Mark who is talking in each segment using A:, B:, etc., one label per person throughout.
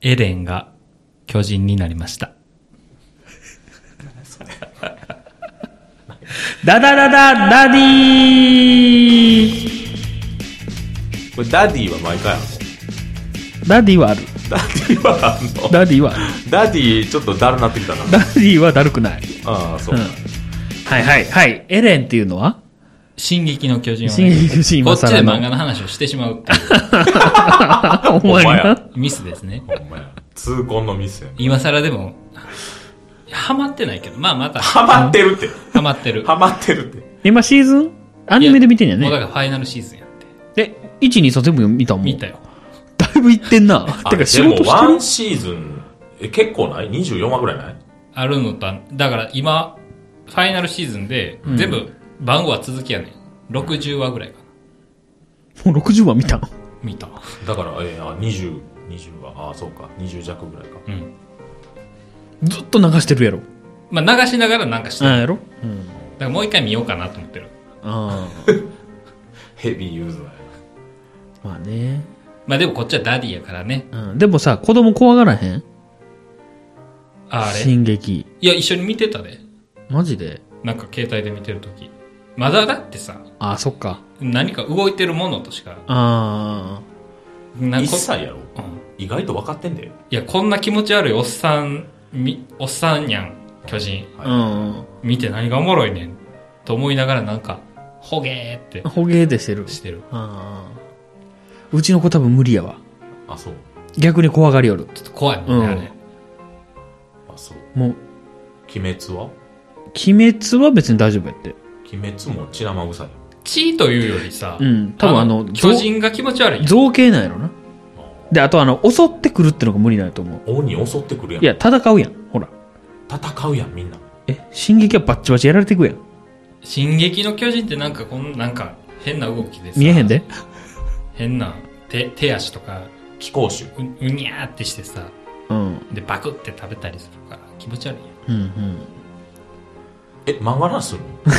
A: エレンが巨人になりました。ダダダダダディー
B: これダディは毎回あんの
A: ダディはある。
B: ダディはあんの
A: ダディはある。
B: ダディちょっとだるなってきたな
A: ダディはだるくない。。
B: ああそううん
A: はいはいはい。エレンっていうのは
C: 進撃の巨人は
A: 進
C: ね、
A: 撃の巨人
C: こ
A: 今
C: っちで
A: 更
C: 漫
A: の。
C: 画の話をしてしまうっていう
A: お前
B: ほんま
A: な
B: や。
C: ミスです ね。
B: ほんまや痛恨のミスや
C: 今更でも、ハマってないけど、まあまた、ハ
B: ハマってるって
C: マって る。
B: ハマってるって
A: 今シーズンアニメで見てんや
C: もうだ
A: ね。
C: からファイナルシーズンやって。
A: え、1、2、3全部見たもん。
C: 見たよ。
A: だいぶ行ってんな。てか仕
B: で
A: 事
B: もワン
A: して
B: シーズンえ結構ない ?24 話ぐらいない
C: あるのと、だから今、ファイナルシーズンで、全部、番号は続きやねん。60話ぐらいかな。
A: るもう60話見たの。
C: 見た。
B: だから、えー、あ20、20は、あーそうか、20弱ぐらいか。
C: うん。
A: ずっと流してるやろ。
C: まあ流しながらなんかしてる。
A: あ
C: だ
A: やろうん。
C: からもう一回見ようかなと思ってる。
A: あ
B: ヘビーユーザーや。
A: あ。まあね。
C: まあでもこっちはダディやからね。
A: うん。でもさ、子供怖がらへん
C: ああれ。
A: 進撃。
C: いや、一緒に見てたで。
A: マジで
C: なんか携帯で見てるとき。まだだってさ、
A: ああ、そっか。
C: 何か動いてるものとしか、
A: あ
C: な
B: 1
C: こ
B: 歳やろ
C: うん
B: 意外と分かってんだよ。
C: いや、こんな気持ち悪いおっさん、み、おっさんやん、巨人。
A: あ。うん。
C: 見て何がおもろいねん。と思いながらなんか、ほげーって
A: ほげーでしてる。
C: してる。
A: ああ。うちの子多分無理やわ。
B: あ、そう。
A: 逆に怖がりよる。
C: ちょっと怖いもんね、
A: うん
C: あれ。
B: あ、そう。
A: もう、
B: 鬼滅は
A: 鬼滅は別に大丈夫やって。
B: 鬼滅も血生臭いよ。
C: 地位というよりさ、
A: うん。多分あの、
C: 巨人が気持ち悪いやん。
A: 造形なんやろな。で、あとあの、襲ってくるってのが無理なんやと思う。
B: 鬼襲ってくるやん。
A: いや、戦うやん。ほら。
B: 戦うやん、みんな。
A: え、進撃はバッチバチやられていくやん。
C: 進撃の巨人ってなんかこん、なんか、変な動きでさ
A: 見えへんで。
C: 変な、手、手足とか、
B: 気候種。
C: う、うにゃーってしてさ、
A: うん。
C: で、バクって食べたりするから、気持ち悪いやん。
A: うんうん。
B: え、漫画なんするの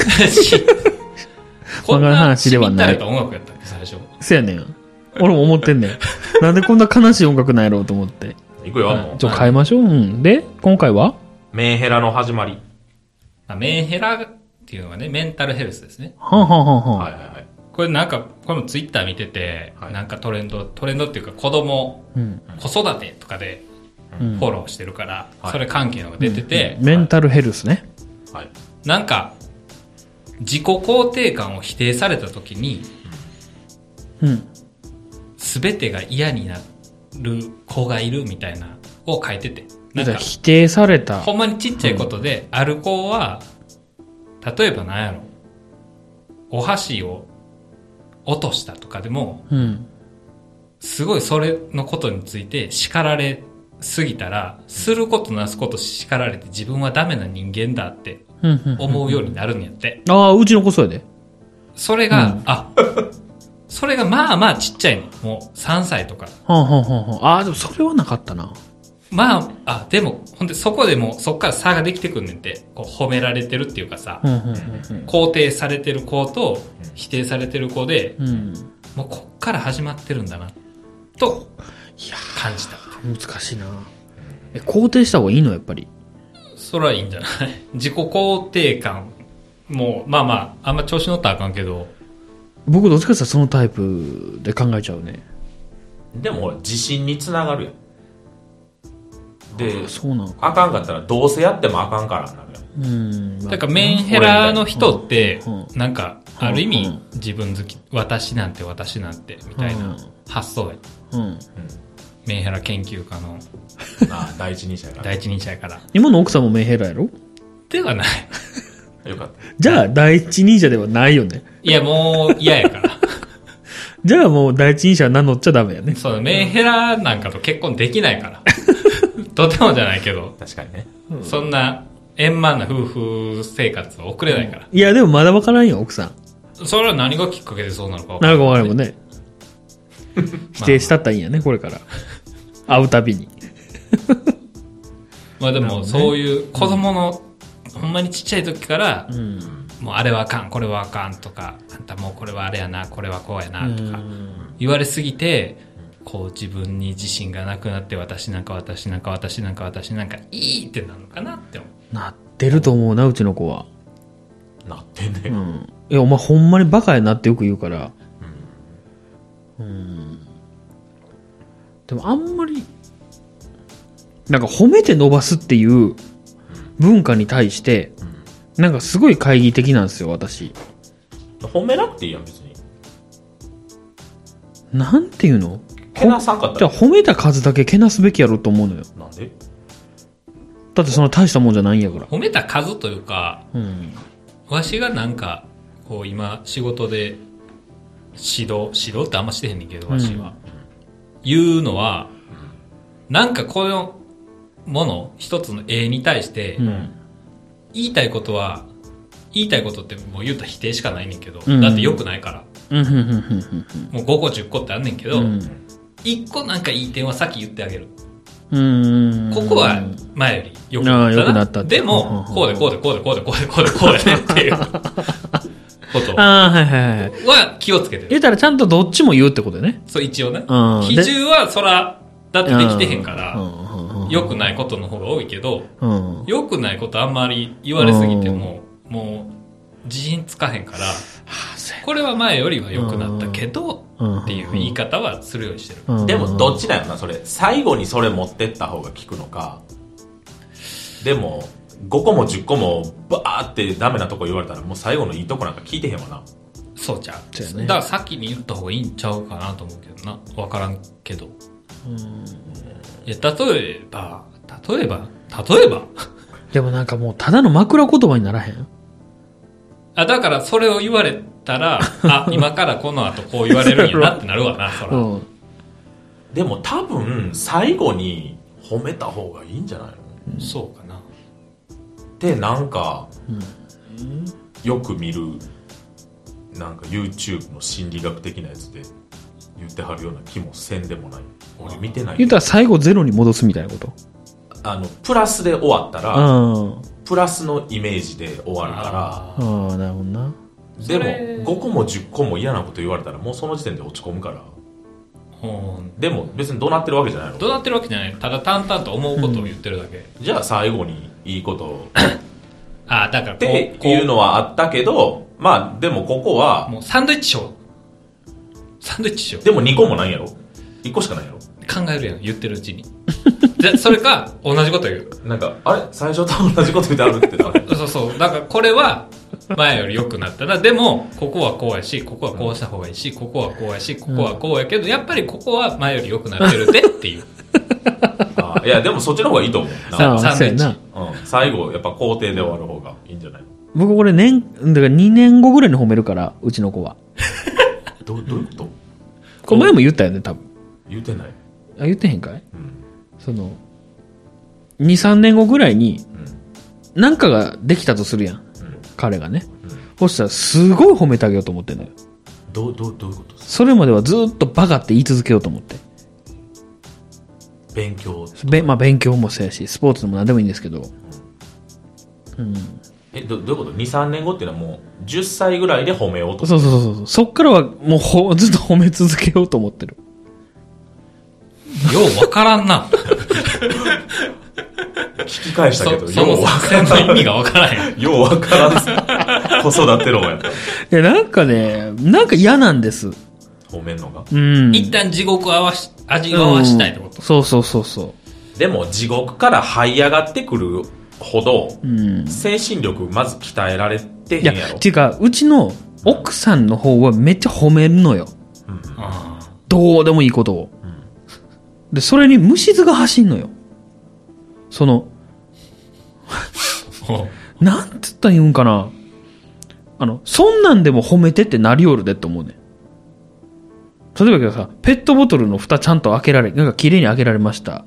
C: こんな
A: 漫画の話ではない
C: しみったれた音楽やったっけ、最初。
A: せやねん。俺も思ってんねん。 なんでこんな悲しい音楽なんやろうと思って。
B: いくよ、
C: はい
B: もう
A: ちょ、変えましょう。うん。で、今回は
B: メンヘラの始まり。
C: まあ、メンヘラっていうのはね、メンタルヘルスですね。
A: はんはんはんはん。
B: はいはいはい。
C: これなんか、これもツイッター見てて、
B: はい
C: なんかトレンド、トレンドっていうか子供、
A: うん。
C: 子育てとかでフ
A: ん
C: ォローしてるから、
B: はい
C: それ関係のが出てて、
A: メンタルヘルスね。
B: はい。
C: なんか、自己肯定感を否定された時に、
A: うん。
C: 全てが嫌になる子がいるみたいな、を書いてて。な
A: だ
C: んか
A: か、
C: ら
A: 否定された
C: ほ。んまにちっちゃいことで、ある子は、例えばなんやろ、お箸を落としたとかでも、
A: うん。
C: すごいそれのことについて叱られすぎたら、することなすこと叱られて自分はダメな人間だって
A: うんうん。
C: 思うようになるんやって。
A: ああ、うちの子そうやで。
C: それが、あ、それがまあまあちっちゃいの。もう3歳とか。
A: はんはんはんはん。ああ、でもそれはなかったな。
C: まあ、あ、でも、ほんでそこでもうそっから差ができてくんねんって。こう褒められてるっていうかさ
A: う、んうん
C: 肯定されてる子と否定されてる子で、
A: うん。うん。
C: もうこっから始まってるんだな、と感じた。
A: 難しいな。え、肯定した方がいいのやっぱり。
C: それはいいんじゃない 自己肯定感もうまあまああんま調子乗ったらあかんけど
A: 僕どっちかっていうとそのタイプで考えちゃうね。
B: でもほら、自信につながるやん。で、
A: そうなんか。
B: あかんかったら、どうせやってもあかんからなるやん。
A: うん。
C: だからメンヘラの人って
A: うん
C: なんかある意
A: う
C: 味
A: ん
C: 自分好き私なんて私なんてみたいな発想や
A: うん。
C: メンヘラ研究家の
B: ああ、第一人者やか
C: 第一人者やから
A: 今の奥さんもメンヘラやろ
C: ではない
B: ら。よかった。
A: じゃあ、第一人者ではないよね。
C: いやもう嫌やから
A: じゃあもう第一人者は名乗っちゃダメやね。
C: そうメンヘラなんかと結婚できないから とてもじゃないけど
B: 確かにね。
C: そんな円満な夫婦生活は送れないから、
A: いや、でもまだわからんよ、奥さん。
C: それは何がきっかけでそうなのか分
A: な
C: か
A: ん
C: ん
A: か
C: ない
A: わからんもん ね。否定したったらいいんやね、これから。会うたびに。
C: まあでも、そういう子供の、ほんまにちっちゃい時から、もうあれはあかん、これはあかんとか、あんたもうこれはあれやな、これはこうやなとか、言われすぎて、こう自分に自信がなくなって私なんか私なんか私なんか私なんかいいってなるのかなって思う
A: なってると思うな、うちの子は。
B: なってんね、
A: うん。いや、お前ほんまにバカやなってよく言うから。うん。でもあんまり、なんか褒めて伸ばすっていう文化に対して、なんかすごい懐疑的なんですよ、私。
B: 褒めなくていいやん別に
A: なんていうの
B: けなさんかった
A: じゃあ
B: ら
A: 褒めた数だけけなすべきやろと思うのよ。
B: なんで
A: だってその大したもんじゃないんやから。
C: 褒めた数というか
A: うん。
C: わしがなんかこう今仕事で指導指導ってあんましてへんねんけどわしは、言うのはなんかこのもの一つの絵に対して、
A: うん。
C: 言いたいことは言いたいことってもう言うたら否定しかないねんけど、
A: うん
C: だって良くないから
A: うん、うん、うん、うん
C: もう5個10個ってあんねんけ
A: う
C: ど、
A: ん。
C: 1個なんかいい点はさっき言ってあげる、
A: うん。うん。
C: ここは前より良く
A: あ
C: な
A: あ
C: った
A: 良くなったって
C: でも
A: うん
C: こうでこうでこうでこうでこうでこうでこうでねっていうこと
A: ああ、はいはいはい。
C: は気をつけてる
A: 言ったらちゃんとどっちも言うってことよね。
C: そう一応ね
A: うん
C: 比重はそらだってできてへんか
A: う
C: ら
A: ん
C: 良くないことの方が多いけど
A: うん。うん。
C: 良くないことあんまり言われすぎてももう自信つかへんからこれは前よりは良くなったけど
A: うん
C: っていう言い方はするようにしてる
A: うん
B: でもどっちだよなそれ最後にそれ持ってった方が効くのかでも5個も10個もバーってダメなとこ言われたらもう最後のいいとこなんか聞いてへんわな
C: そうじゃん
A: そうやね
C: だから先に言った方がいいんちゃうかなと思うけどな分からんけどいや例えば例えば例えば
A: でもなんかもうただの枕言葉にならへん。
C: あだからそれを言われたらあ今からこの後こう言われるんやなってなるわなそら、
A: うん。
B: でも多分最後に褒めた方がいいんじゃないの
C: そうかな
B: ってなんか、よく見るなんか YouTube の心理学的なやつで言ってはるような気もせんでもない俺見てない
A: 言ったら最後ゼロに戻すみたいなこと。
B: あのプラスで終わったら
A: あ
B: プラスのイメージで終わるか
A: あ。ああ、なるほどな。
B: ら
C: ー
B: で
C: それ
B: も5個も10個も嫌なこと言われたらもうその時点で落ち込むから
C: うん
B: でも別に怒鳴ってるわけじゃないの
C: どうなってるわけじゃないただ淡々と思うことを言ってるだけ、
B: じゃあ最後にいいこと
C: あだから
B: っ
C: こ
B: て
C: うこ
B: いうのはあったけどまあでもここは
C: もうサンドイッチしようサンドイッチしよう
B: でも2個もないやろ1個しかないやろ
C: 考えるやん言ってるうちに でそれか同じこと言う
B: なんか、あれ最初と同じこと言ってあるってなる。
C: そうそう。だからこれは、前より良くなったな。でも、ここはこうやし、ここはこうした方がいいし、ここはこうやし、ここはこうやけど、やっぱりここは前より良くなって るでっていう。
B: あーいや、でもそっちの方がいいと思う
A: あ
B: な。
A: あ、
C: サンド
A: そ
C: イ
A: うや
C: ッチ
A: な。
B: うん、最後、やっぱ工程で終わる方がいいんじゃない
A: 僕これ年、だから2年後ぐらいに褒めるから、うちの子は。
B: どどういうこと
A: これ前も言ったよね、多分。
B: 言うてない。
A: あ、言ってへんかい
B: うん。
A: その、2、3年後ぐらいに、
B: うん。
A: なんかができたとするやん。
B: うん。
A: 彼がね。
B: うん
A: そしたら、すごい褒めてあげようと思ってんのよ。
B: どう、どう、どういうことです
A: それまではずっとバカって言い続けようと思って。
B: 勉強。
A: べまあ、勉強もそうやし、スポーツでも何でもいいんですけど。うん。
B: え、どどういうこと ?2、3年後っていうのはもう、10歳ぐらいで褒めよ うと。
A: そうそうそうそう。そっからはもうほずっと褒め続けようと思ってる。
C: ようわからんな。
B: 聞き返したけど、
C: そその
B: ようわ
C: 作戦の意味がわからへん。
B: ようわからんっす。 子育て論やった。
A: いや、なんかね、なんか嫌なんです。
B: 褒めんのが。
A: うん。
C: 一旦地獄を合わし、味が合わしたいってこと
A: うん。そうそうそうそ
B: でも、地獄から這い上がってくるほど、
A: う。うん。
B: 精神力まず鍛えられてへん
A: いや、
B: やろ
A: っ。ていうか、うちの奥さんの方はめっちゃ褒めるのよ。
B: うん
C: あ
A: どうでもいいことを。で、それに虫図が走んのよ。その、
C: ーほう
A: なんつったら言うんかな。あの、そんなんでも褒めてってなりおるでって思うねん。例えばけどさ、ペットボトルの蓋ちゃんと開けられ、なんか綺麗に開けられました。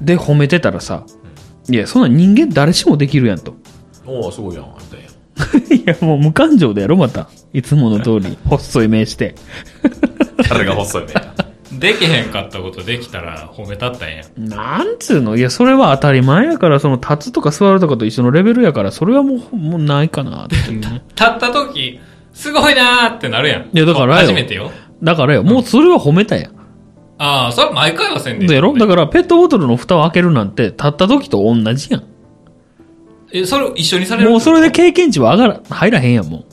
A: で、褒めてたらさ、いや、そんなん人間誰しもできるやんと。
B: おおすごいやんあんたやん
A: いや、もう無感情でやろ、また。いつもの通 り、細い目して。
B: 誰が細い目や
C: できへんかったことできたら褒めたったんや。
A: なんつうのいや、それは当たり前やから、その、立つとか座るとかと一緒のレベルやから、それはもう、もうないかな、っていうね。
C: 立った時、すごいなーってなるやん。
A: いやだからよ
C: 初めてよ。
A: だからよ、もうそれは褒めたやん。
C: ああ、それは毎回はせんでいい
A: やろだから、ペットボトルの蓋を開けるなんて、立った時と同じやん。
C: え、それを一緒にされる
A: もうそれで経験値は上がら、入らへんやん、も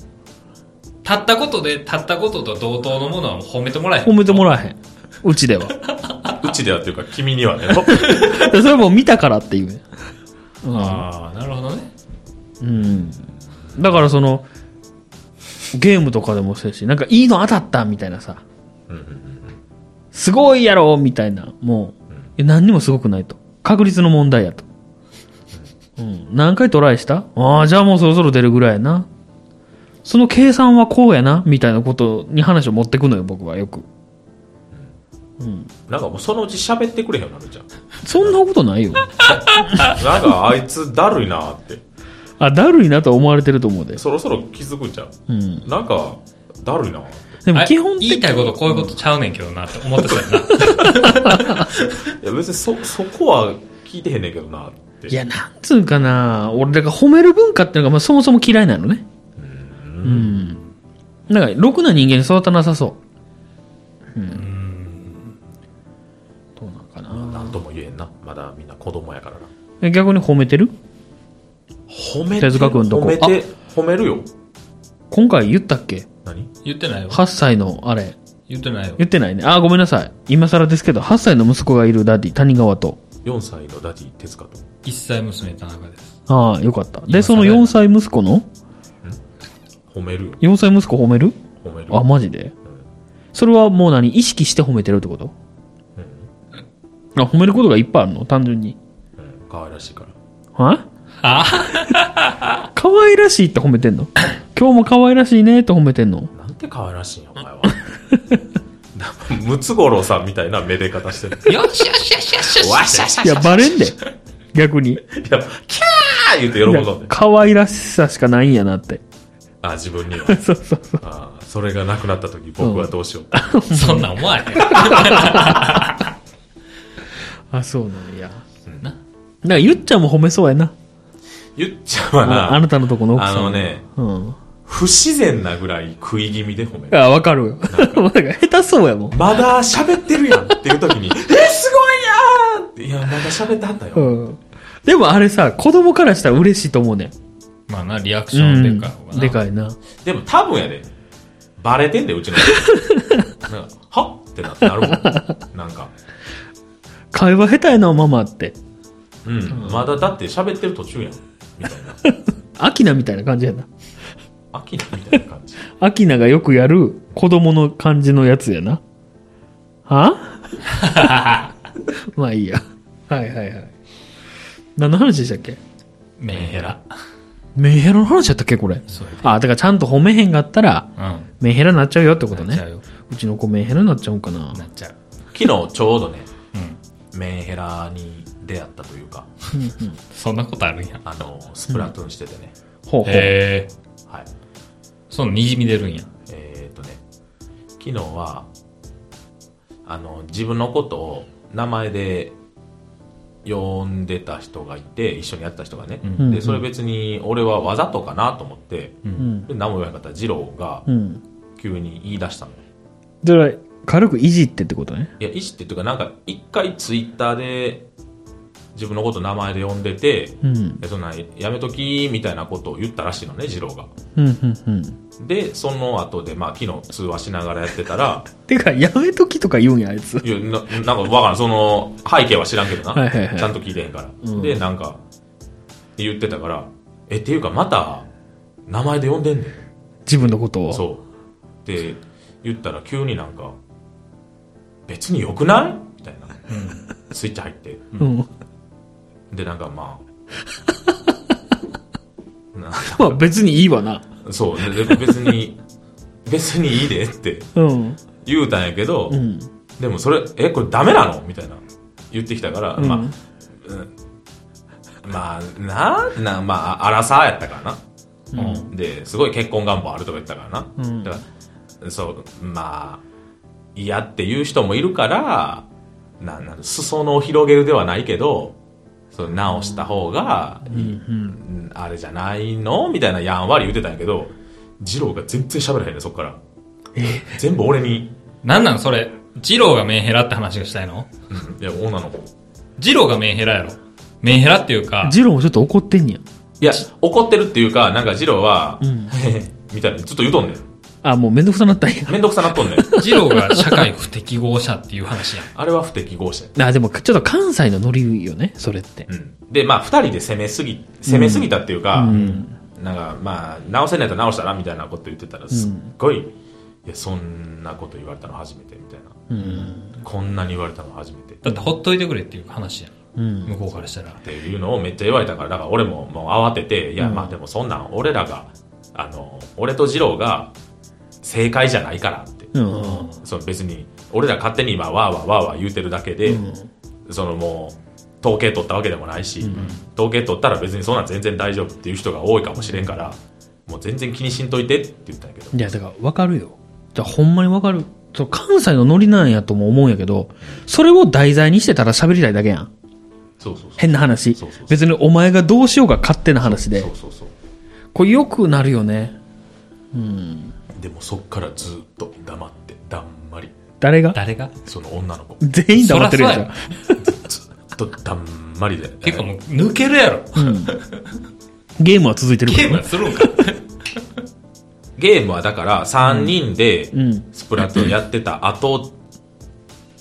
C: 立ったことで、立ったことと同等のものはもう褒めてもらえへ
A: う。褒
C: ん。
A: めてもらえへん。うちでは。
B: うちではっていうか、君にはね。
A: それはもう見たからっていうね。
C: ああ、なるほどね。
A: うん。だからその、ゲームとかでもそうやし、なんかいいの当たったみたいなさ、
B: うんうん
A: すごいやろみたいな、もう、いや何にもすごくないと。確率の問題やと。うん。何回トライしたああ、じゃあもうそろそろ出るぐらいやな。その計算はこうやな、みたいなことに話を持ってくのよ、僕はよく。
B: なんかもうそのうち喋ってくれへんようになるじゃん。
A: そんなことないよ。
B: なんかあいつだるいなって。
A: あ、だるいなとは思われてると思うで。
B: そろそろ気づくんじゃん。
A: うん。
B: なんか、だるいなって。
A: で
C: あ
A: も
C: れ
A: 基本的
C: 言いたいことこういうことちゃうねんけどなって思ってたよな。
B: いや別にそ、そこは聞いてへんねんけどなって。
A: いや、なんつうかな、俺、だから褒める文化っていうのが、まあ、そもそも嫌いなのね。うん。だから、ろくな人間に育たなさそう。うん。どうなんか
B: なんとも言えんな。まだみんな子供やからな。
A: な。逆に褒めてる
B: 褒めて。
A: 手塚君とこ
B: 褒めて、褒めるよ。
A: 今回言ったっけ
B: 何
C: 言ってないよ。
A: ?8 歳の、あれ。
C: 言ってないよ。
A: 言ってないね。あー、ごめんなさい。今更ですけど、8歳の息子がいるダディ、谷川と。
B: ?4 歳のダディ手塚と。
C: 一歳娘田中です。
A: ああ、よかった。で、
C: 今更
A: その4歳息子の
B: 褒めるよ。
A: ?4 歳息子褒める
B: 褒める
A: あ、
B: よ。
A: マジでそれはもう何意識して褒めてるってことあ、褒めることがいっぱいあるの単純に。
B: うん可愛らしいから。
A: は
C: あ
A: 可愛らしいって褒めてん の今日も可愛らしいねって褒めてんの
B: なんて可愛らしいんや、お前は。 ムツゴロウさんみたいなめで方してる。
C: よっしゃよしゃよしゃよしゃよし
B: わっしゃしゃ
A: いや、バレんで。逆に。い
B: いや、キャー言うて喜
A: や
B: ぶんで。
A: 可愛らしさしかないんやなって。
B: あ、自分には。
A: そうそうそう。
B: あそれがなくなった時僕はどうしようって。
C: ゃそんなん思われへん。
A: あ、そうなんや。
C: な
A: なんか、ゆっちゃんも褒めそうやな。
B: 言っちゃうわ
A: ああ
B: な。
A: なたのとこの奥さん。
B: あの。ね、
A: うん。
B: 不自然なぐらい食い気味で褒める。
A: あ、わかるよ。 なんか、下手そうやもん。
B: まだ喋ってるやんっていう時に、え、 すごいやんっていや、まだ喋ってはったよ。
A: うん。でもあれさ、子供からしたら嬉しいと思うねん。
C: まあな、リアクションでかい方が
A: うん
C: な。
A: でかいな。
B: でも多分やで、バレてんで、うちの 子。なんかはってななるもん。なんか、
A: 会話下手やな、ママって。
B: うん、まだだって喋ってる途中やん。みたいな。
A: アキナみたいな感じやな。
B: 飽きたみたいな感じ。
A: アキナがよくやる子供の感じのやつやな。は まあいいや。はいはいはい。何の話でしたっけ
C: メンヘラ。
A: メンヘラの話やったっけこれ。
C: そうやで
A: あ、だからちゃんと褒めへんかったら、
C: うん。
A: メンヘラになっちゃうよってこと
C: なっちゃう
A: ね。
C: よ。
A: うちの子メンヘラになっちゃうんかな。
C: なっちゃう。
B: 昨日ちょうどね、
C: うん。
B: メンヘラに出会ったというか、
C: そんなことあるんや。
B: あの、スプラトゥーンしててね。
A: ほうほう。
C: へえ。
B: はい。
C: そのにじみ出るんや。
B: えーっ、とね、昨日は、あの、自分のことを名前で呼んでた人がいて、一緒にやってた人がね。
C: うん
A: うん
B: で、それ別に俺はわざとかなと思って、
A: うん。
B: で何も言わなかった二郎が
A: うん。
B: 急に言い出したのよ。
A: じゃあ、軽くいじってってことね。
B: いや、意識っていうか、なんか一回ツイッターで自分のこと名前で呼んでて、
A: うん。
B: えそんなんやめときみたいなことを言ったらしいのね、二郎が。
A: うん、うん、うん。
B: で、その後で、まあ、昨日通話しながらやってたら、
A: てか、やめときとか言うんや、あいつ。
B: いや、ななんかわからん、その、背景は知らんけどな。
A: はいはいはい
B: ちゃんと聞いてへんから。
A: うん
B: で、なんか、言ってたから、え、っていうかまた、名前で呼んでんねん。
A: 自分のことを。
B: そう。って言ったら急になんか、別に良くないみたいな。スイッチ入って。
A: う。うん。
B: で、なんか まあ、な
A: まあ別にいいわな。
B: そう、でで別に、別にいいでって
A: うん。
B: 言うたんやけど、
A: うん。
B: でもそれ、え、これダメなのみたいな。言ってきたから、
A: うん
B: まあ、まあ、なあ、なあ、まあ、荒さやったから
C: う
A: うんん。
B: な。で、すごい結婚願望あるとか言ったからな。
A: うん
B: だから、そう、まあ、嫌っていう人もいるから、なんなん裾野を広げるではないけど、そう直した方がいい、うんあれじゃないのみたいなやんわり言ってたんやけど、二郎が全然喋らへんねそっから。全部俺に
C: なんなんそれ。ジローがメンヘラって話がしたいの
B: いや女の子
C: ジローがメンヘラやろ。メンヘラっていうか、
A: ジローもちょっと怒ってんねや。
B: いや怒ってるっていうかなんかジローは、
A: うん
B: みたいなずっと言うとんねん
A: あ、もうめんどくさなったんや。
B: めんどくさなっとんねん
C: ジローが社会不適合者っていう話や ん。
B: あれは不適合者 や
A: あ、でも、ちょっと関西のノリよね、それって。
B: うんでまあ2人で攻めすぎ攻めすぎたっていうか、
A: うん。
B: なんかまあ直せないと直したらみたいなこと言ってたらすっごい,、いやそんなこと言われたの初めてみたい
A: う
B: な、
A: ん。
B: こんなに言われたの初めてっ
C: だってほっといてくれっていう話やん。
A: うん。
C: 向こうからしたら。
B: ていうのをめっちゃ言われたからだから俺ももう慌てていやまあでもそんなん俺らがあの俺と二郎が正解じゃないからって、
A: うん。
B: その別に俺ら勝手に今わーわーわーわー言うてるだけで、そのもう統計取ったわけでもないし、統計取ったら別にそんなん全然大丈夫っていう人が多いかもしれんから、もう全然気にしんといてって言ったんやけど
A: いや、だから、わかるよ。じゃあ、ほんまにわかる。そう、関西のノリなんやとも思うんやけど、それを題材にしてたら喋りたいだけやん。
B: そうそうそう
A: 変な話
B: そうそうそう。
A: 別にお前がどうしようが勝手な話で
B: そ。うそうそう
A: これよくなるよね。
B: でもそっからずっと黙ってだんまり
A: 誰が
C: 誰が
B: その女の子
A: 全員黙ってるやつ
C: そ
A: や
C: ら。
B: ずっとだんまりで
C: てかもう抜けるやろ。
A: うんゲームは続いてるか
C: ゲー
A: ら
C: ムは
A: ね
C: するんか。
B: ゲームはだから3人で
A: うん
B: スプラトゥーンやってた後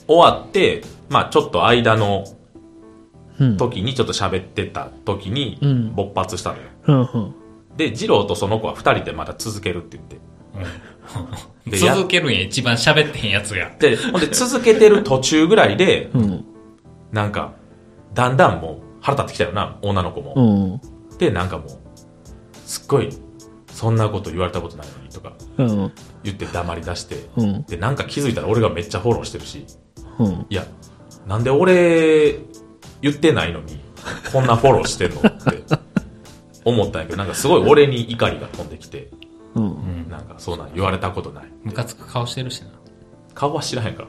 B: 終わってまあちょっと間の
A: うん
B: 時にちょっと喋ってた時に
A: うん
B: 勃発したのよ
A: うんうん
B: で二郎とその子は2人でまだ続けるって言ってでや
C: 続けるんや、一番喋ってへんやつが。
B: でほんで続けてる途中ぐらいで
A: うん
B: なんかだんだんもう腹立ってきたよな女の子も、
A: うん
B: でなんかもうすっごいそんなこと言われたことないのにとか
A: うん
B: 言って黙り出して、
A: うん
B: でなんか気づいたら俺がめっちゃフォローしてるし
A: うん
B: いやなんで俺言ってないのにこんなフォローしてんのって思ったんやけどなんかすごい俺に怒りが飛んできて
A: うん
B: なんかそうなん言われたことない
C: ムカつく顔してるしな。
B: 顔は知らへんから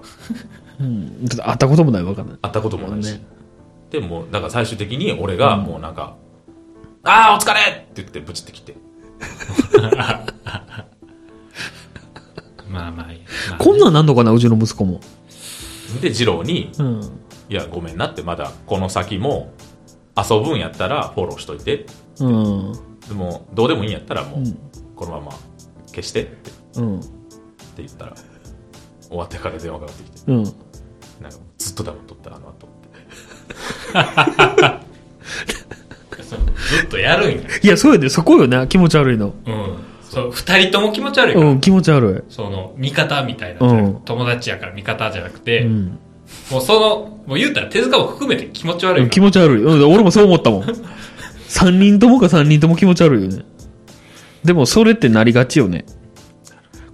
A: うんだって会ったこともないわかんない
B: 会ったこともないし、
A: ね
B: でもうだから最終的に俺がもうなんか「ああお疲れ!」って言ってブチってきて
C: まあまあいい。まあ
A: こんなんなんのかなうちの息子も
B: で二郎に
A: うん
B: 「いやごめんな」ってまだこの先も遊ぶんやったらフォローしといて
A: うん
B: でもどうでもいいんやったらもう
A: うん
B: このまま消してって
A: うん
B: 言ったら終わってから電話がかかってき
A: う
B: て
A: ん
B: なんかずっと黙っとったあの後
C: ずっとやるんや。
A: いやそうやでそこよね気持ち悪いの
C: うん。そう、二人とも気持ち悪いから。
A: うん気持ち悪
C: その、味方みたいなじゃなく
A: うん
C: 友達やから味方じゃなく
A: い
C: て、
A: うん
C: もうその、もう言うたら手塚も含めて気持ち悪い
A: 気
C: か
A: 持ち悪いうん俺もそう思ったもん3人ともか3人とも気持ち悪いよねでもそれってなりがちよね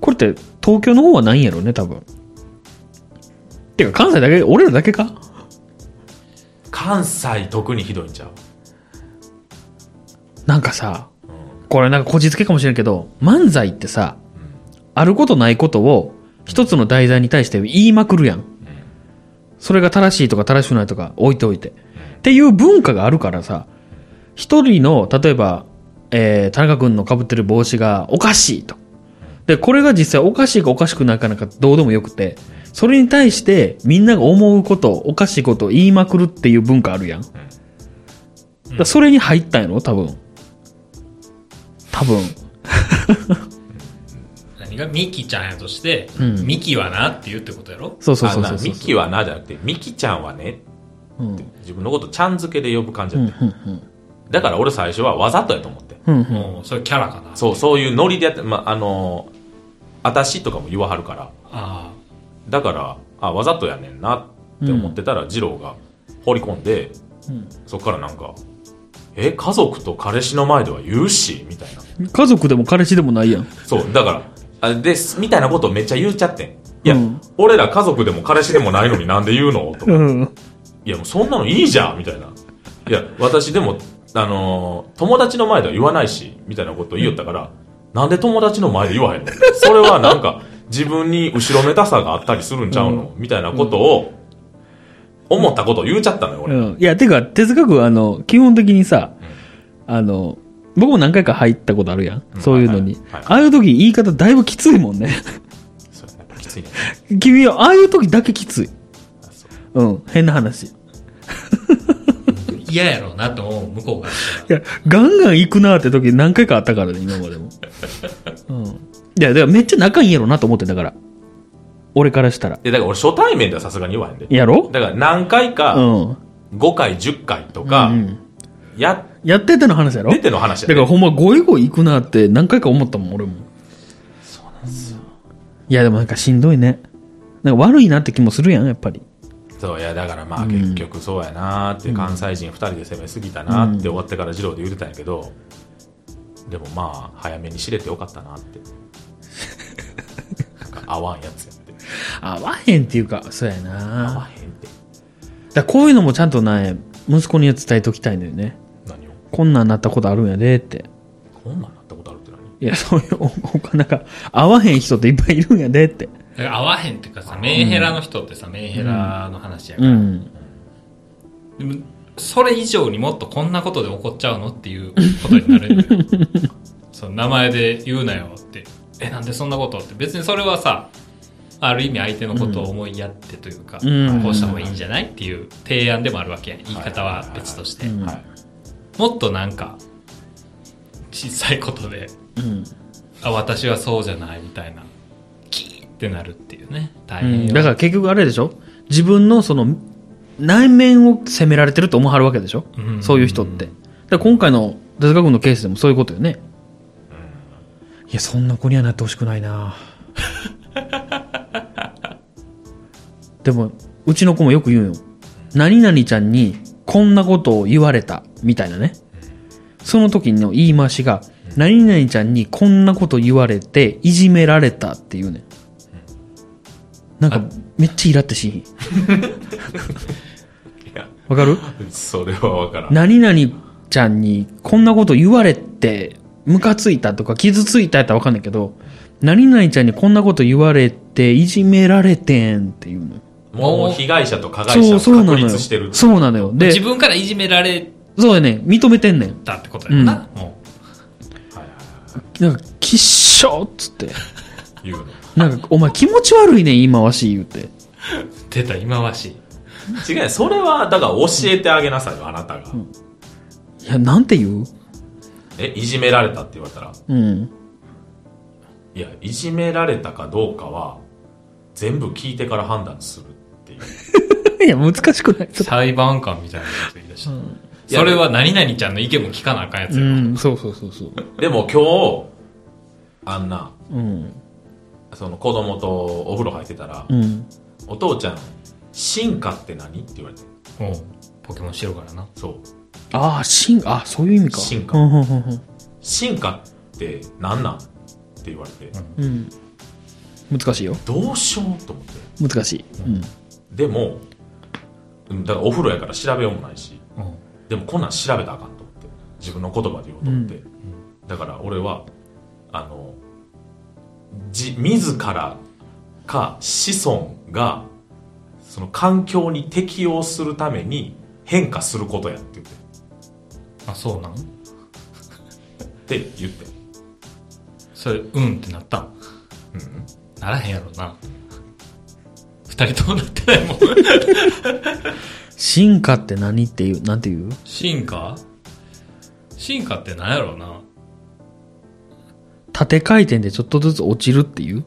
A: これって東京の方はないんやろね多分てか関西だけ俺らだけか
B: 関西特にひどいんちゃう
A: なんかさ、
B: う
A: これなんかこじつけかもしれんけど、漫才ってさ、あることないことを一つの題材に対して言いまくるやん。それが正しいとか正しくないとか置いておいて。っていう文化があるからさ、一人の、例えば、えー、田中君の被ってる帽子がおかしいと。で、これが実際おかしいかおかしくないかなんかどうでもよくて、それに対してみんなが思うこと、おかしいことを言いまくるっていう文化あるやん。だからそれに入ったんやろ多分。多分。
C: ら、何がミキちゃんやとして、
A: うん
C: ミキはなって言うってことやろ
A: そうそうそう
B: あ
A: そ
B: な
A: うそう。
B: ミキはなじゃなくてミキちゃんはね
A: うん
B: って自分のことちゃん付けで呼ぶ感じだった、
A: うん
B: だから俺最初はわざとやと思って
A: うんうん
C: もう、そういうキャラかな。
B: そう、そういうノリでやって、まあ、あのー、あたしとかも言わはるから。
C: あ
B: だから、あ、わざとやねんなって思ってたら、二郎が放り込んで、
A: ん
B: そっからなんか、え、家族と彼氏の前では言うし、みたいな。
A: うん家族でも彼氏でもないやん。
B: そう、だから、あです、みたいなことをめっちゃ言うちゃってん。いや、
A: うん
B: 俺ら家族でも彼氏でもないのになんで言うのとか。
A: うん。
B: いや、もうそんなのいいじゃんみたいな。いや、私でも、あのー友達の前では言わないし、みたいなことを言いよったから、なんで友達の前で言わへんのそれはなんか、自分に後ろめたさがあったりするんちゃうの、みたいなことを、思ったことを言うちゃったのよ、俺。
A: うん。いや、てか、手塚君、あの、基本的にさ、あの、僕も何回か入ったことあるやん。
B: ん
A: そういうのに
B: はいはいはい。
A: ああいう時言い方だいぶきついもんね。
B: そうやねきついね
A: 君はああいう時だけきつい。うん、変な話。い
C: 嫌やろうなと思う、向こうからしたら。
A: や、ガンガン行くなーって時何回かあったからね、今までも。うん。いや、だからめっちゃ仲いいんやろなと思って、だから。俺からしたら。
B: でだから俺初対面ではさすがに言わへんで
A: やろ
B: だから何回
A: う
B: か
A: ん。
B: 5回10回とか
A: うん
B: やっ
A: やってての話やろ
B: 出ての話
A: だか
B: やで
A: らほんまゴイゴイ行くなって何回か思ったもん、俺も。そうなんですよ。いや、でもなんかしんどいね。なんか悪いなって気もするやん、やっぱり。
B: そういやだからまあ結局そうやなーって関西人2人で攻めすぎたなーって終わってから二郎で言うてたんやけどでもまあ早めに知れてよかったなってなんか合わんやつやって
A: 合わへんっていうか、そうや
B: 合
A: な。
B: わへんって
A: だからこういうのもちゃんとね、息子には伝えときたいんだよね。
B: 何を
A: こんなんなったことあるんやでって。
B: こんなんなったことあるって何
A: いや、そういう、お他なんか、合わへん人っていっぱいいるんやでって。
C: だから合わへんっていうかさ、メンヘラの人ってさ、メンヘラの話やか
A: う
C: ら。
A: ん。
C: でもそれ以上にもっとこんなことで怒っちゃうのっていうことになるよ その名前で言うなよって。え、なんでそんなことって。別にそれはさ、ある意味相手のことを思いやってというか、
A: うん
C: こうした方がいいんじゃないっていう提案でもあるわけや。言い方は別として。
A: うん
B: はい
C: もっとなんか、小さいことで、
A: うん。
C: あ、私はそうじゃないみたいな、キーってなるっていうね。大
A: う
C: 変
A: ん
C: よ。
A: だから結局あれでしょ自分のその内面を責められてると思わはるわけでしょ、
C: うん
A: そういう人って。だから今回の哲学のケースでもそういうことよね。いや、そんな子にはなってほしくないな でも、うちの子もよく言うよ。何々ちゃんにこんなことを言われた、みたいなね。その時の言い回しが、何々ちゃんにこんなこと言われて、いじめられたっていうね。なんか、めっちゃイラってしひん。
B: いや
A: わかる
B: それは分からん
A: 何々ちゃんにこんなこと言われて、ムカついたとか傷ついたやったらわかんないけど、何々ちゃんにこんなこと言われて、いじめられてんっていうの。
B: もう被害者と加害
A: そう、そ
B: 者
A: うな
B: を
A: の
B: 確
A: よ。
B: 立してる
A: そうなのよ。で
C: 自、分からいじめられ
A: そうやね、認めてんねん。
C: たってことやな、もう。
A: なんか、きっしょーっつって。
B: いうの
A: なんか、お前気持ち悪いねん、言い回し言うて。
C: 出た、忌まわしい。
B: 違うよそれはだから教えてあげなさいよあなたが
A: いや、なんて言う
B: えいじめられたって言われたら
A: うん。
B: いやいじめられたかどうかは全部聞いてから判断するっていう
A: いや、難しくない。ちょっ
C: 裁判官みたいなこと言い出した。それは何々ちゃんの意見も聞かなあかんや
A: と
C: つ
A: う
C: やろ。
A: ん、そうそうそうそう。
B: でも今日あんな
A: うん。
B: その子供とお風呂入ってたら、
A: うん。
B: お父ちゃん進化って何って言われて
C: おうポケモンしてるからな。
B: そう
A: ああ、進化、あそういう意味か。
B: 進化
A: うんうんうん
B: 進化って何なんって言われて、
A: うん。うん。難しいよ。
B: どうしようと思って
A: 難しい。うん。
B: でもうんだからお風呂やから調べようもないし
C: うん
B: でもこんなん調べたらあかんと思って自分の言葉で言おうと思って、だから俺はあのじ自らか子孫がその環境に適応するために変化することやって言って
C: あ、そうなん
B: って言って
C: それ、うんってなったん
B: うん
C: ならへんやろな。二人ともなってない もん。
A: 進化って何っていう、なんていう
C: 進化進化って何やろな。
A: 縦回転でちょっとずつ落ちるっていう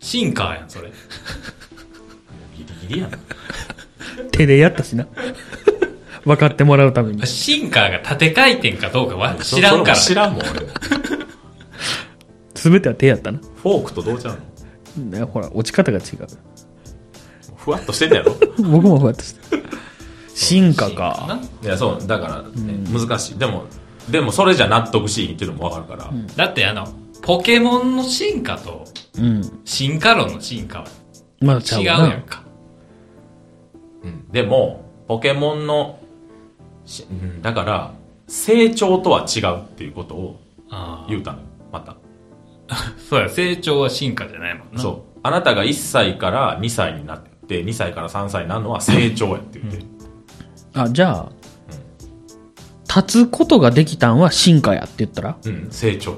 C: 進化やん、それ。
B: ギリギリや な
A: 手でやったしな。 分かってもらうために。
C: 進化が縦回転かどうかは知らんから。
B: そそれも知らんもん俺
A: すべては手やったな。
B: フォークとどうちゃうの
A: ね、ほら、落ち方が違う。
B: ふわっとしてんだ やろ
A: 僕もふわっとした。進化
C: 進
A: か。
C: ない
B: やそうだから、ね難しいでもでもそれじゃ納得しいっていうのもわかるから、
C: だってあの、ポケモンの進化と
A: うん。
C: 進化論の進化は
A: まだち
C: 違
A: ゃう
C: う
A: な。
C: やんか。
B: うんでも、ポケモンのし、うんだから、成長とは違うっていうことを
C: あ
B: 言うたのよ、また。
C: あそうや、成長は進化じゃないもんな。
B: そう。あなたが1歳から2歳になって、2歳から3歳になるのは成長やって言って。
A: あ、じゃあ、立つことができたんは進化やって言ったら
B: うん、成長。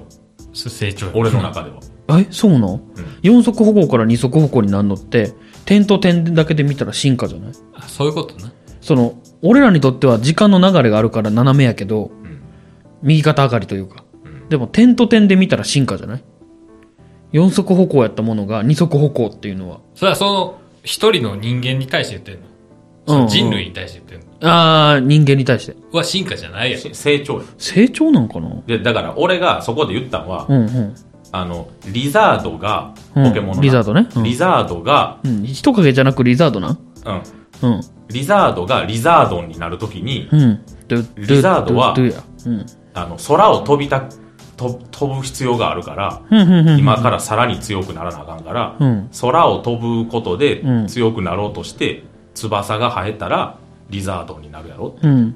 C: それ成長や
B: 俺の中では。
A: えそうなん、四足歩行から二足歩行になんのって点と点だけで見たら進化じゃない
C: あそういうことな。
A: その俺らにとっては時間の流れがあるから斜めやけど、
B: ん
A: 右肩上がりというか、でも点と点で見たら進化じゃない四足歩行やったものが二足歩行っていうのは
C: それはその、一人の人間に対して言ってんの。そ
A: うんう
C: の
A: ん
C: 人類に対して言ってんの。
A: ああ人間に対して
C: は進化じゃないやろ
B: し成長や
A: 成長なんかなう
B: でだから俺がそこで言ったのは、
A: んうん
B: あのリザードが
A: うん
B: ポケモンの、
A: リザードねうん
B: リザードが、
A: うん人影じゃなくリザードな
B: うん、
A: うん
B: リザードがリザードンになるときに、
A: うんドゥ
B: リザードは
A: ドゥドゥやうん
B: あの空を飛びたと飛ぶ必要があるから、
A: ふんふんふん
B: 今からさらに強くならなあかんから、
A: うん
B: 空を飛ぶことで
A: うん
B: 強くなろうとして、翼が生えたらリザードンになるやろ
A: うん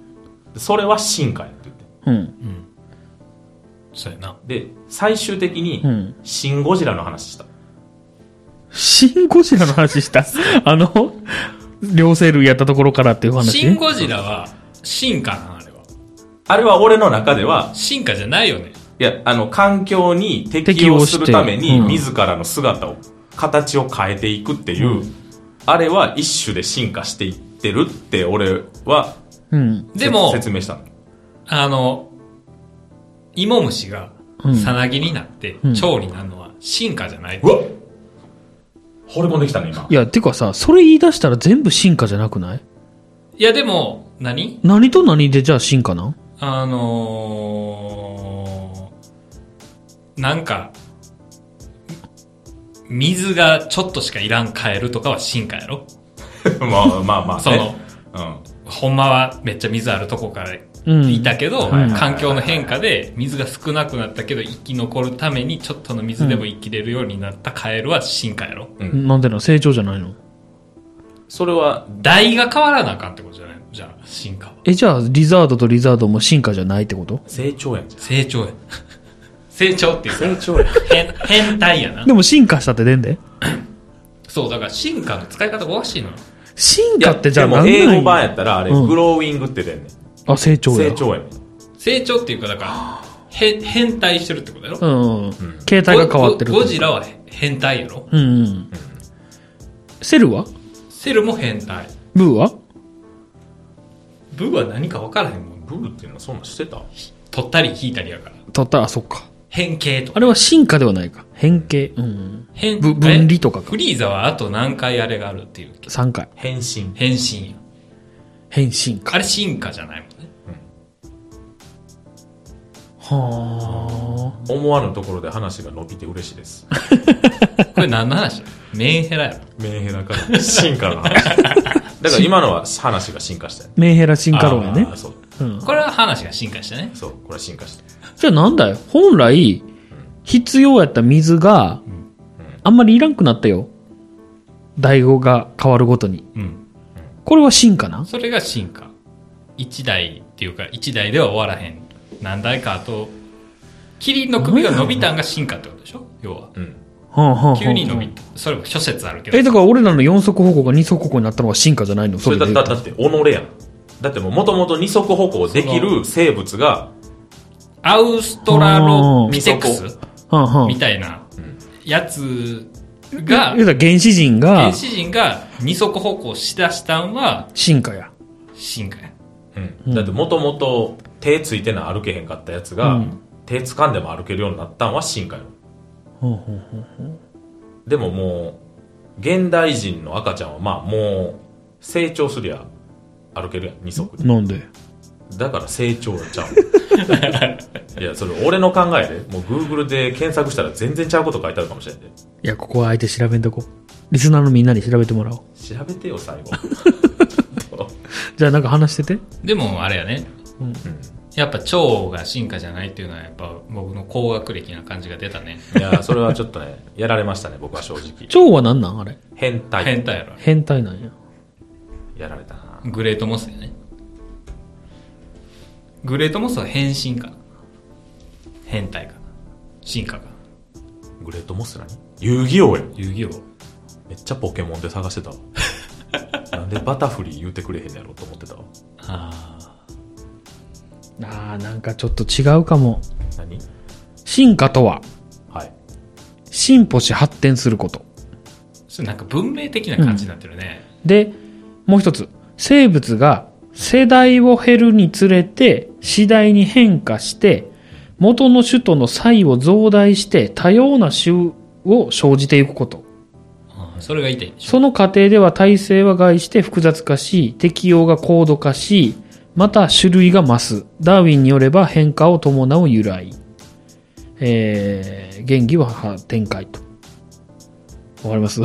B: それは進化やって言って
A: うん
C: そうやな。
B: で最終的に
A: うん
B: 「シン・ゴジラ」の話した、
A: シン・ゴジラの話した あの両生類やったところからっていう話
C: シンゴジラは進化な、あれは。
B: あれは俺の中では
C: 進化じゃないよね。
B: いやあの環境に適応するため
A: 適
B: に
A: 応して
B: 自らの姿を形を変えていくっていう、あれは一種で進化していってるって俺は
A: うん
C: でも、
B: 説明したの
C: あの、イモムシが
A: うん
C: さなぎになって
A: うん
C: 蝶になるのは進化じゃない。
B: うわ惚れ込んできたね今
A: いやてかさそれ言い出したら全部進化じゃなくない
C: いやでも、何
A: 何と何でじゃあ進化なん
C: あのー、なんか、水がちょっとしかいらんカエルとかは進化やろ
B: まあまあまあね
C: その、
B: うん
C: ほんまはめっちゃ水あるとこから
A: うん
C: いたけど、
A: うん
C: 環境の変化で水が少なくなったけど生き残るためにちょっとの水でも生きれるようになったカエルは進化やろ
A: なんでな成長じゃないの
B: それは
C: 代が変わらなあかんってことじゃないのじゃあ、進化は。
A: えじゃあリザードとリザードも進化じゃないってこと
B: 成長やんじ
C: 成長や。 成長っていうか
B: ゃん成長やん
C: 変、変態やな。
A: でも進化したって出んで
C: そう、だから進化の使い方がおかしいのよ。
A: 進
B: い
A: 化
B: や
A: ってじゃあ
B: でも
A: なんなん
B: 英語版やったらあれ、
A: うん
B: グローイングって出んねん
A: あ成長や
B: 成長やねん
C: 成長っていうか、だから、変、変態してるってことやろ
A: うんうん、携帯が変わってる
C: ゴゴジラは変態やろ
A: うんうんセルは
C: セルも変態。
A: ブーは
C: ブーは何か分からへんもん。
B: ブーっていうのはそんなんしてた
C: 取ったり引いたりやから。
A: たったあそっか
C: 変形とか。
A: あれは進化ではないか変形うん
C: 変、
A: ぶ分離とか
C: え
A: か
C: フリーザはあと何回あれがあるっていうっけ
A: 3回
B: 変身
C: 変身や。
A: 変身か
C: あれ進化じゃないもんね。
A: は
B: 思わぬところで話が伸びて嬉しいです
C: これ何の話 メンヘラやろ
B: メンヘラ から進化の話だから今のは話が進化したよ
A: メンヘラ進化論やね
B: あーそう
A: うん
C: これは話が進化したね。
B: そうこれは進化した
A: じゃあなんだよ本来必要やった水があんまりいらんくなったよ第語が変わるごとに
C: うん。
A: これは進化な
C: それが進化。一台っていうか、一台では終わらへん。何台かあと、キリンの首が伸びたんが進化ってことでしょ要は。
B: うん
C: 急に伸
A: び
C: びた。それも諸説あるけ
A: え
C: ど。
A: だから俺らの4足歩行が2足歩行になったのが進化じゃないの
B: それだ
A: で
B: だだって己やんだってもともと二足歩行できる生物が
C: アウストラロピテクス
A: はんはん
C: みたいなやつが
A: 言う、たら原始人が
C: 原始人が二足歩行しだしたんは
A: 進化や
C: 進化や。
B: うんだってもともと手ついてない歩けへんかったやつが、
A: うん
B: 手掴んでも歩けるようになったんは進化よでももう現代人の赤ちゃんはまあもう成長すりゃ歩けるやん二足で
A: なんで
B: だから成長ちゃういやそれ俺の考えでもう Google で検索したら全然ちゃうこと書いてあるかもしれんで
A: いやここはあえて調べんとこリスナーのみんなに調べてもらおう
B: 調べてよ最後
A: じゃあなんか話してて
C: でもあれやね。
B: うん
C: やっぱ蝶が進化じゃないっていうのはやっぱ僕の高学歴な感じが出たね。
B: いやそれはちょっとねやられましたね僕は正直
A: 蝶は何なんあれ
B: 変態
C: 変態やろ。
A: 変態なんや
B: やられたな
C: グレートモスやね。グレートモスは変身かな。変態かな。進化かな。
B: グレートモス何遊戯王や
C: 遊戯王。
B: めっちゃポケモンで探してた わなんでバタフリー言うてくれへんやろと思ってたわ
C: ああ。
A: あーなんかちょっと違うかも
B: 何
A: 進化とは
B: はい
A: 進歩し発展すること。
C: それなんか文明的な感じになってるね。
A: で、もう一つ。生物が世代を減るにつれて次第に変化して、元の種との差異を増大して多様な種を生じていくこと。
C: うんそれが言いたいんでしょ。
A: その過程では体制は害して複雑化し、適用が高度化し、また種類が増す。ダーウィンによれば変化を伴う由来。えー、原義は発展開と。わかります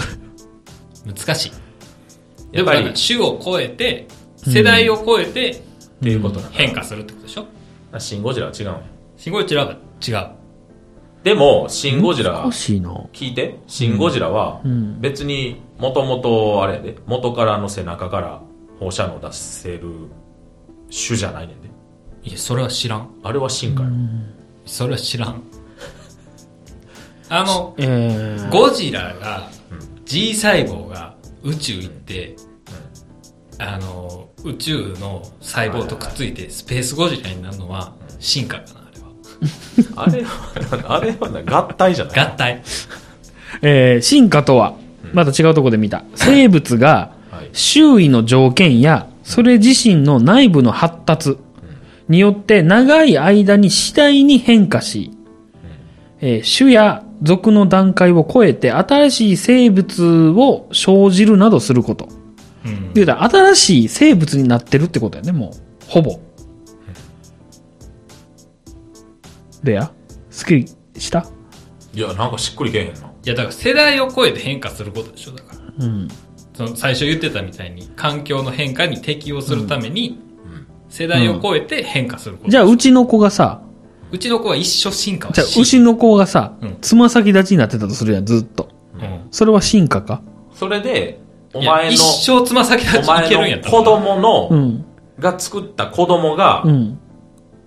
C: 難しい。
B: や
C: や
B: っ
C: っ
B: ぱ
C: ぱ
B: り
C: り種を超えて、世代を超えて
B: ていうことなんだ
C: 変化するってことでしょ
B: あシン・ゴジラは違うんや
C: シンゴジラは違う。
B: でもシン・ゴジラ
A: 欲しいな。
B: 聞いてシン・ゴジラは
A: うん
B: 別にもともとあれやで元からの背中から放射能出せる種じゃないねんで
C: いや、それは知らん。
B: あれは進化よ
C: それは知ら ん。あの、
A: えー、
C: ゴジラが
B: うん、
C: G 細胞が宇宙行って、あの、宇宙の細胞とくっついてスペースゴジラになるのは進化かな、あれ
B: あれはあれはな合体じゃない
C: は。合体。
A: えー進化とは、また違うところで見た。生物が
B: はい
A: 周囲の条件や、それ自身の内部の発達によって長い間に次第に変化し、えー種や属の段階を超えて新しい生物を生じるなどすること。
C: うん。
A: 言うたら新しい生物になってるってことやね、もう。ほぼ。レアすっきりした
B: いやなんかしっくりけえへんない
C: や、だから世代を超えて変化することでしょ、だから。
A: うん。
C: その最初言ってたみたいに、環境の変化に適応するために、世代を超えて変化すること。
A: じゃあ、うちの子がさ、
C: うちの子は一生進化を
A: じゃあ、
C: し、
A: 牛の子がさ
C: うん、
A: つま先立ちになってたとするやん、ずっと。
C: うん、
A: それは進化か
B: それでお
C: いや
B: 前の
C: 一生つま先立
B: お
C: ちいけるん
B: 前
C: やっ
B: の
C: た
B: 子供
A: う
B: の
A: ん。
B: が作った子供が
A: うん。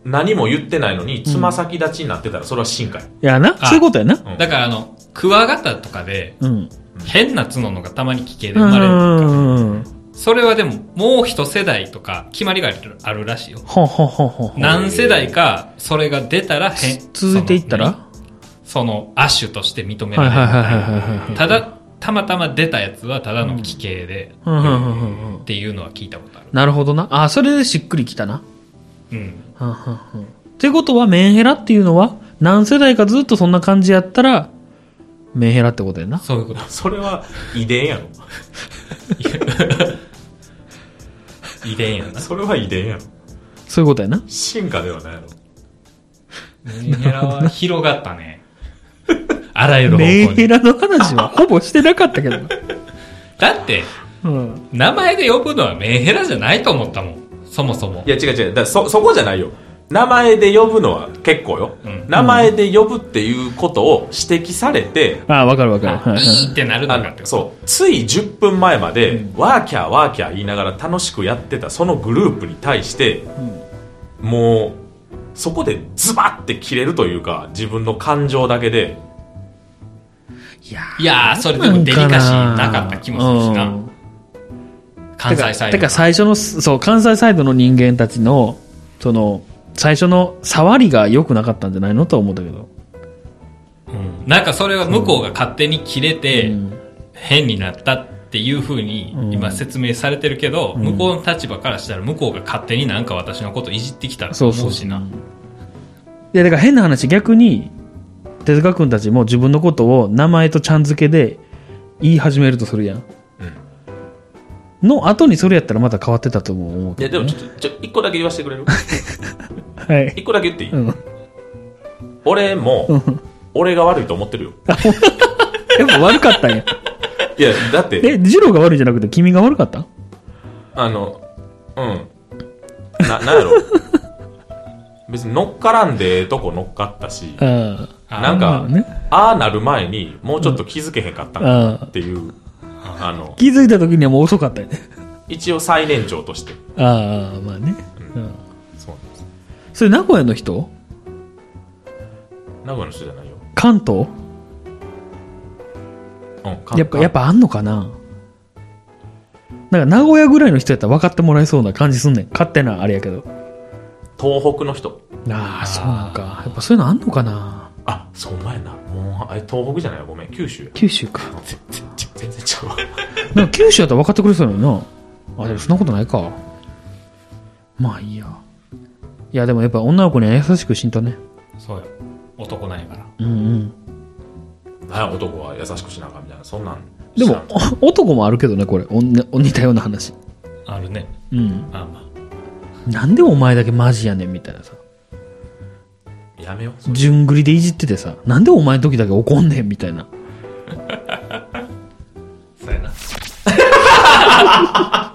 B: 何も言ってないのにつま先立ちになってたらそれは進化や
A: いやな、
C: あ
A: そういうことやな。
B: うん
C: だからあの、クワガタとかで、
A: うん。
C: 変な角のがたまに奇形で
A: う
C: 生まれる。
A: ん。
C: それはでも、もう一世代とか、決まりがあるあるらしいよ。
A: ほんほんほんほん。
C: 何世代か、それが出たら変。
A: 続いていったら
C: その
A: は
C: その亜種として認め
A: いは
C: ら
A: い
C: れる。
A: はいはいはいは い。
C: ただ、たまたま出たやつはただの奇形で、
A: うんうんうんうんうん
C: っていうのは聞いたことある。
A: なるほどな。あ、それでしっくりきたな。
C: うん。
A: うんうんうんってことは、メンヘラっていうのは、何世代かずっとそんな感じやったら、メンヘラってことやな。
C: そういうこと。
B: それは遺伝やろ
C: 遺伝やな。
B: それは遺伝やろ
A: そういうことやな。
B: 進化ではないやろ
C: メンヘラは広がったね。 あらゆる方
A: メ
C: 向
A: ンヘ
C: に。
A: ラの話はほぼしてなかったけどな。
C: だって、
A: うん。
C: 名前で呼ぶのはメンヘラじゃないと思ったもん。そもそも
B: い。や違う違うだからそそこじゃないよ名前で呼ぶのは結構よ、
C: うん
B: 名前で呼ぶっていうことを指摘されて、
A: あ、わかるわかる。はいはい
C: いいってなる
B: あ
C: の
B: の
C: かってこと。
B: そうつい10分前まで、ワーキャーワーキャー言いながら楽しくやってたそのグループに対して、もうそこでズバッて切れるというか自分の感情だけで
A: いや
C: いやー、それでもデリカシーなかった気もするし
A: う
C: な。
A: ん
C: 関西サイ
A: て
C: ド
A: か
C: が。
A: 最初の、そう、関西サイドの人間たちの、その、最初の触りが良くなかったんじゃないのとは思ったけど。
C: うんなんかそれは向こうが勝手に切れて、変になったっていう風に今説明されてるけど、向こうの立場からしたら向こうが勝手になんか私のこといじってきたと
A: そう
C: 思
A: そうう
C: しな。
A: いや、だから変な話、逆に、手塚くんたちも自分のことを名前とちゃん付けで言い始めるとするやん。の後にそれやったらまた変わってたとも思う
B: い
A: け
B: やで
A: ど
B: も
A: ね、
B: ちょっとちょ1個だけ言わせてくれる
A: はい。
B: 1個だけ言っていい、
A: うん。
B: 俺も俺が悪いと思ってるよ
A: やっぱ悪かったんや。
B: いやだって
A: え、ジローが悪いじゃなくて君が悪かった
B: あの、うん。な、なんやろ。別に乗っからんでええとこ乗っかったし、
A: あ
C: あー
B: なん
A: あ。ま
B: か
A: あ、ね。
B: ああなる前にもうちょっと気づけへんかったんか
A: あ
B: っていう、あの、
A: 気づいた時にはもう遅かったよね。
B: 一応最年長として。
A: ああ、まあね。うん。
B: そうなんです。
A: それ名古屋の人
B: 名古屋の人じゃないよ。
A: 関東
B: うん、か
A: やっぱ、
B: か
A: やっぱあんのかななんか名古屋ぐらいの人やったら分かってもらえそうな感じすんねん。勝手なあれやけど。
B: 東北の人。
A: ああ、そうなんか。やっぱそういうのあんのかな
B: あそうお前なもうあれ東北じゃないわごめん九州や
A: 九州か。
B: 全然全然ちゃうわ
A: なんか九州やったら分かってくれそうやのにな。あ、でもそんなことないか。まあいいや。いや、でもやっぱ女の子には優しくしんとね。
C: そうよ。男なんやから。
A: うんうん。
B: 何や男は優しくしなあかんみたいなそんなん
A: で
B: 知
A: も
B: らん、
A: お男もあるけどね、これ。おんね似たような話。
C: あるね。
A: うん。
C: まあま
A: なんでお前だけマジやねんみたいなさ。
B: やめよう
A: 順繰りでいじっててさ。なんでお前の時だけ怒んねんみたいな。
C: あ。そうやな。